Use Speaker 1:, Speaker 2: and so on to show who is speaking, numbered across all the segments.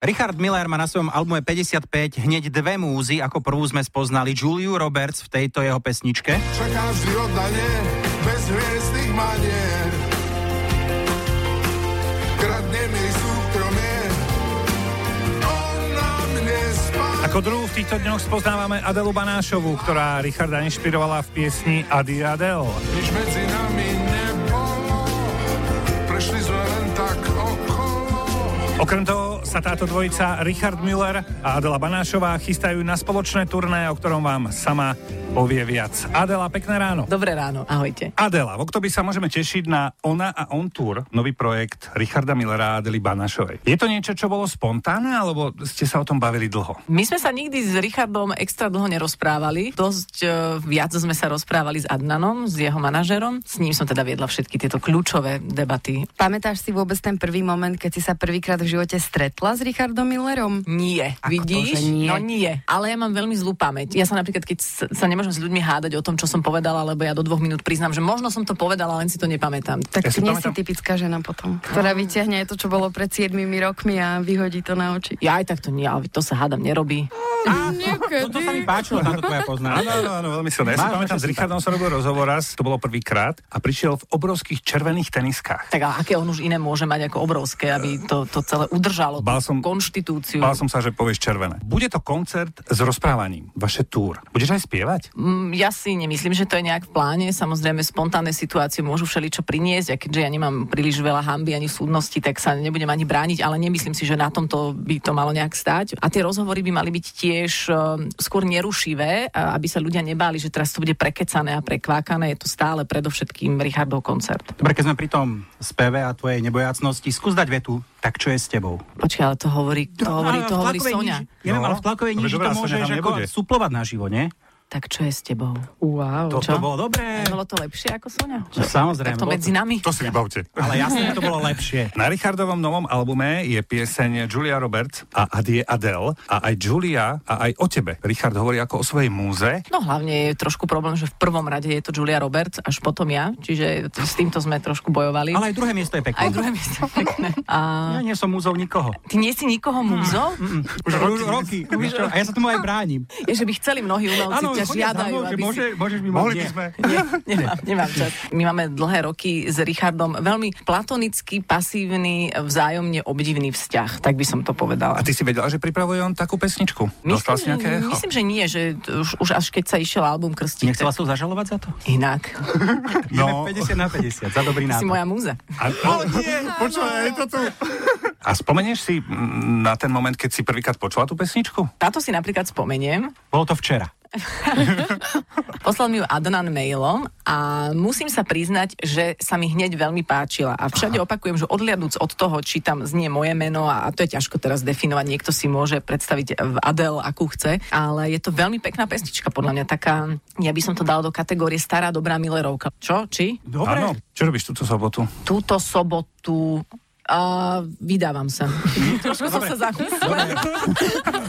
Speaker 1: Richard Miller má na svojom albume 55 hneď dve múzy, ako prvú sme spoznali Juliu Roberts v tejto jeho pesničke.
Speaker 2: Čaká vždy oddanie, bez hviezdnych manier. Kradne mi súkromie, on na mne spá.
Speaker 3: Ako druhú v týchto dňoch spoznávame Adelu Banášovu, ktorá Richarda inšpirovala v piesni Adi Adel.
Speaker 2: Nič medzi nami nebolo, prešli sme len tak okolo.
Speaker 3: Okrem toho sa táto dvojica Richard Müller a Adela Banášová chystajú na spoločné turné, o ktorom vám sama povie viac. Adela, pekné ráno.
Speaker 4: Dobré ráno, ahojte.
Speaker 3: Adela, v oktobri sa môžeme tešiť na Ona a On Tour, nový projekt Richarda Millera a Adely Banašovej. Je to niečo, čo bolo spontánne, alebo ste sa o tom bavili dlho?
Speaker 4: My sme sa nikdy s Richardom extra dlho nerozprávali. Dosť e, viac sme sa rozprávali s Adnanom, s jeho manažerom. S ním som teda viedla všetky tieto kľúčové debaty.
Speaker 5: Pamätáš si vôbec ten prvý moment, keď si sa prvýkrát v živote stretla s Richardom
Speaker 3: Mm,
Speaker 5: Millerom?
Speaker 4: Nie,
Speaker 5: Ako to,
Speaker 4: vidíš?
Speaker 5: že nie?
Speaker 4: No nie. Ale ja mám veľmi zlú pamäť. Ja sa napríklad, keď s- sa nemôžem s ľuďmi hádať o tom, čo som povedala, lebo ja do dvoch minút priznám, že možno som to povedala, len si to nepamätám.
Speaker 5: Tak
Speaker 3: Ja si
Speaker 5: nie
Speaker 3: pamätám-
Speaker 5: si typická žena potom, ktorá vyťahne aj to, čo bolo pred 7 rokmi a vyhodí to na oči.
Speaker 4: Ja aj tak to nie, ale to sa hádam nerobí.
Speaker 1: To sa mi páčilo, táto tvoja
Speaker 3: Áno,
Speaker 1: poznámka.
Speaker 3: áno, áno, veľmi silné. Ja si
Speaker 1: Máš
Speaker 3: pamätám,
Speaker 1: naše
Speaker 3: s Richardom som robil rozhovor raz, to bolo prvýkrát, a prišiel v obrovských červených teniskách.
Speaker 4: Tak ale aké on už iné môže mať ako obrovské, aby to, to celé udržalo, tú
Speaker 3: Bál som-
Speaker 4: konštitúciu.
Speaker 3: Bál som sa, že povieš červené. Bude to koncert s rozprávaním, vaše túr. Budeš aj spievať?
Speaker 4: Mm, Ja si nemyslím, že to je nejak v pláne. Samozrejme, spontánne situácie môžu všeličo priniesť a keďže ja nemám príliš veľa hamby ani súdnosti, tak sa nebudem ani brániť, ale nemyslím si, že na tomto by to malo nejak stáť. A tie rozhovory by mali byť tiež ehm, skôr nerušivé, a aby sa ľudia nebáli, že teraz to bude prekecané a prekvákané. Je to stále predovšetkým Richardov koncert.
Speaker 1: Dobre, keď sme pri tom speve a tvojej nebojacnosti, skús dať vetu, tak čo je s tebou?
Speaker 4: Počkaj, ale to hovorí, to hovorí, to hovorí Sonia.
Speaker 1: Ja viem,
Speaker 3: No,
Speaker 1: ale v tlakovej
Speaker 3: dobre,
Speaker 1: níži
Speaker 3: dobrá,
Speaker 1: to
Speaker 3: Soňa
Speaker 1: môžeš
Speaker 3: tam
Speaker 1: ako
Speaker 3: nebude.
Speaker 1: suplovať naživo, nie?
Speaker 4: Tak čo je s tebou?
Speaker 5: Wow.
Speaker 1: To, to bolo dobré.
Speaker 4: Bolo to lepšie ako Sonia?
Speaker 1: No, samozrejme,
Speaker 4: Tak to
Speaker 1: bolo
Speaker 4: medzi
Speaker 1: to-
Speaker 4: nami?
Speaker 3: To si vybavte.
Speaker 1: Ale jasne, že to bolo lepšie.
Speaker 3: Na Richardovom novom albume je pieseň Julia Roberts a Adie Adele a aj Julia a aj o tebe. Richard hovorí ako o svojej múze.
Speaker 4: No hlavne je trošku problém, že v prvom rade je to Julia Roberts, až potom ja, čiže t- s týmto sme trošku bojovali.
Speaker 1: Ale aj druhé miesto je pekné.
Speaker 4: aj druhé miesto pekné. A
Speaker 1: Ja nie som múzov nikoho.
Speaker 4: ty nie si nikoho múzov?
Speaker 1: Už ro- roky. vieš čo? A ja sa tomu aj bránim.
Speaker 4: Je, že by chceli mnohí umelci
Speaker 1: chodím
Speaker 4: ťa
Speaker 1: za
Speaker 4: žiadajú,
Speaker 1: mnou, že
Speaker 4: aby si...
Speaker 1: môže, môžeš mi
Speaker 3: Mohli
Speaker 1: môcť-
Speaker 3: by
Speaker 1: nie.
Speaker 3: sme...
Speaker 4: Nie, nemám, nemám čas. My máme dlhé roky s Richardom veľmi platonický, pasívny, vzájomne obdivný vzťah, tak by som to
Speaker 3: A
Speaker 4: povedala.
Speaker 3: ty si vedela, že pripravuje on takú pesničku? Dostal si
Speaker 4: Myslím,
Speaker 3: nejaké
Speaker 4: že-
Speaker 3: echo?
Speaker 4: myslím, že nie, že t- už, už až keď sa išiel album Krstiť.
Speaker 1: Nechcela som zažalovať za to?
Speaker 4: Inak.
Speaker 1: No.
Speaker 3: No.
Speaker 1: 50 na 50, za dobrý
Speaker 4: Si
Speaker 1: nápad.
Speaker 4: moja múza.
Speaker 3: A, o, nie, počúvaj, je to tu. A spomenieš si mm, na ten moment, keď si prvýkrát počula tú pesničku?
Speaker 4: Táto si napríklad spomeniem.
Speaker 1: Bolo to včera.
Speaker 4: Poslal mi ju Adnan mailom a musím sa priznať, že sa mi hneď veľmi páčila. A všade opakujem, že odliadúc od toho, či tam znie moje meno, a to je ťažko teraz definovať, niekto si môže predstaviť eh, v Adel, akú chce, ale je to veľmi pekná pesnička, podľa mňa taká, ja by som to dal do kategórie stará dobrá Millerovka. Čo? Či?
Speaker 1: Dobre.
Speaker 3: Áno. Čo robíš túto sobotu?
Speaker 4: Túto sobotu Uh, vydávam sa. Trošku som sa zachústila.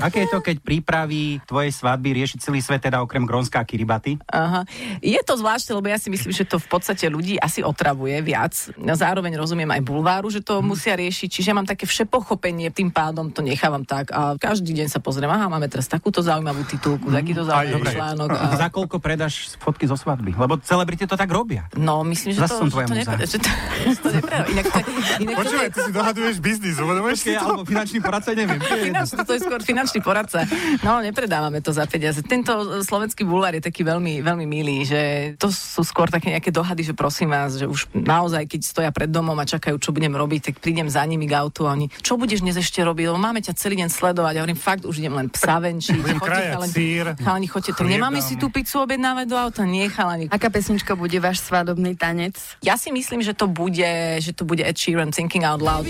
Speaker 1: Aké je to, keď prípravy tvojej svadby rieši celý svet, teda okrem Grónska a Kiribati?
Speaker 4: Aha. Je to zvláštne, lebo ja si myslím, že to v podstate ľudí asi otravuje viac. No, Zároveň rozumiem aj bulváru, že
Speaker 1: Mhm.
Speaker 4: to musia riešiť, čiže ja mám také všepochopenie, tým pádom to nechávam tak a každý deň sa pozriem, aha, máme teraz takúto zaujímavú titulku, takýto zaujímavý
Speaker 3: dobre.
Speaker 4: článok. A...
Speaker 1: Mhm. Za koľko predáš fotky zo svadby? Lebo celebrity to tak robia.
Speaker 4: No, myslím, že
Speaker 1: Zas som
Speaker 4: to, že
Speaker 1: tvoja
Speaker 4: to,
Speaker 1: muza.
Speaker 4: nepre- že to, že to nepre- Inak to, inak to,
Speaker 3: ty si dohaduješ biznis, uvedomuješ
Speaker 1: Počkej, alebo finančný poradca, neviem.
Speaker 4: Finančný, to je skôr finančný poradca. No, nepredávame to za peniaze. Tento e, slovenský bulvár je taký veľmi, veľmi milý, že to sú skôr také nejaké dohady, že prosím vás, že už naozaj, keď stoja pred domom a čakajú, čo budem robiť, tak prídem za nimi k autu a oni, čo budeš dnes ešte robiť, lebo máme ťa celý deň sledovať. Ja hovorím, fakt, už idem len psa venčiť.
Speaker 3: Budem krajať sír,
Speaker 4: chalani, chodte, to nemáme
Speaker 3: chlieb
Speaker 4: si
Speaker 3: dám.
Speaker 4: tú pizzu objednávať do auta, nie, chalani.
Speaker 5: Aká pesnička bude váš svadobný tanec?
Speaker 4: Ja si myslím, že to bude, že to bude Ed Sheeran Thinking Out Loud.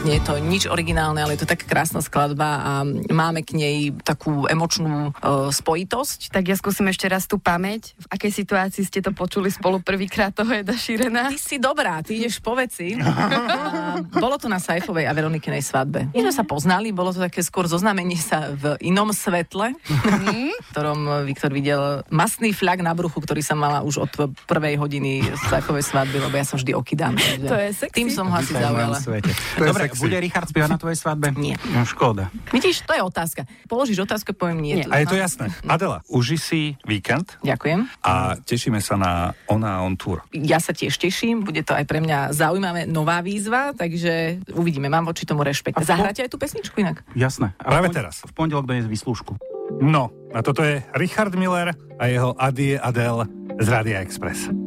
Speaker 4: Nie je to nič originálne, ale je to tak krásna skladba a máme k nej takú emočnú e, spojitosť.
Speaker 5: Tak ja skúsim ešte raz tú pamäť. V akej situácii ste to počuli spolu prvýkrát toho Eda Šírena?
Speaker 4: Ty si dobrá, ty ideš po veci. A bolo to na Saifovej a Veronikinej svadbe. My sme sa poznali, bolo to také skôr zoznamenie sa v inom svetle,
Speaker 5: Mhm.
Speaker 4: v ktorom Viktor videl masný fľak na bruchu, ktorý sa mala už od prvej hodiny Saifovej svadby, lebo ja som vždy okydám. takže
Speaker 5: To je sexy.
Speaker 4: Tým som ho asi
Speaker 1: Vítaj v mojom
Speaker 4: zaujala.
Speaker 1: svete.
Speaker 3: To je
Speaker 1: Dobre,
Speaker 3: sexy.
Speaker 1: bude Richard spievať na tvojej svadbe?
Speaker 4: Nie.
Speaker 1: No, škoda.
Speaker 4: Vidíš, to je otázka. Položíš otázku, poviem nie.
Speaker 5: Nie.
Speaker 3: A je to jasné. Adela, uži si víkend
Speaker 4: Ďakujem.
Speaker 3: a tešíme sa na Ona a on tour.
Speaker 4: Ja sa tiež teším, bude to aj pre mňa zaujímavé nová výzva, takže uvidíme, mám voči tomu
Speaker 1: A
Speaker 4: rešpekt.
Speaker 1: v-
Speaker 4: Zahráte aj tú pesničku inak?
Speaker 1: Jasné. A v
Speaker 3: Práve
Speaker 1: pon-
Speaker 3: teraz.
Speaker 1: V pondelok dones výslužku.
Speaker 3: No, a toto je Richard Miller a jeho Adie Adel z Radia Express.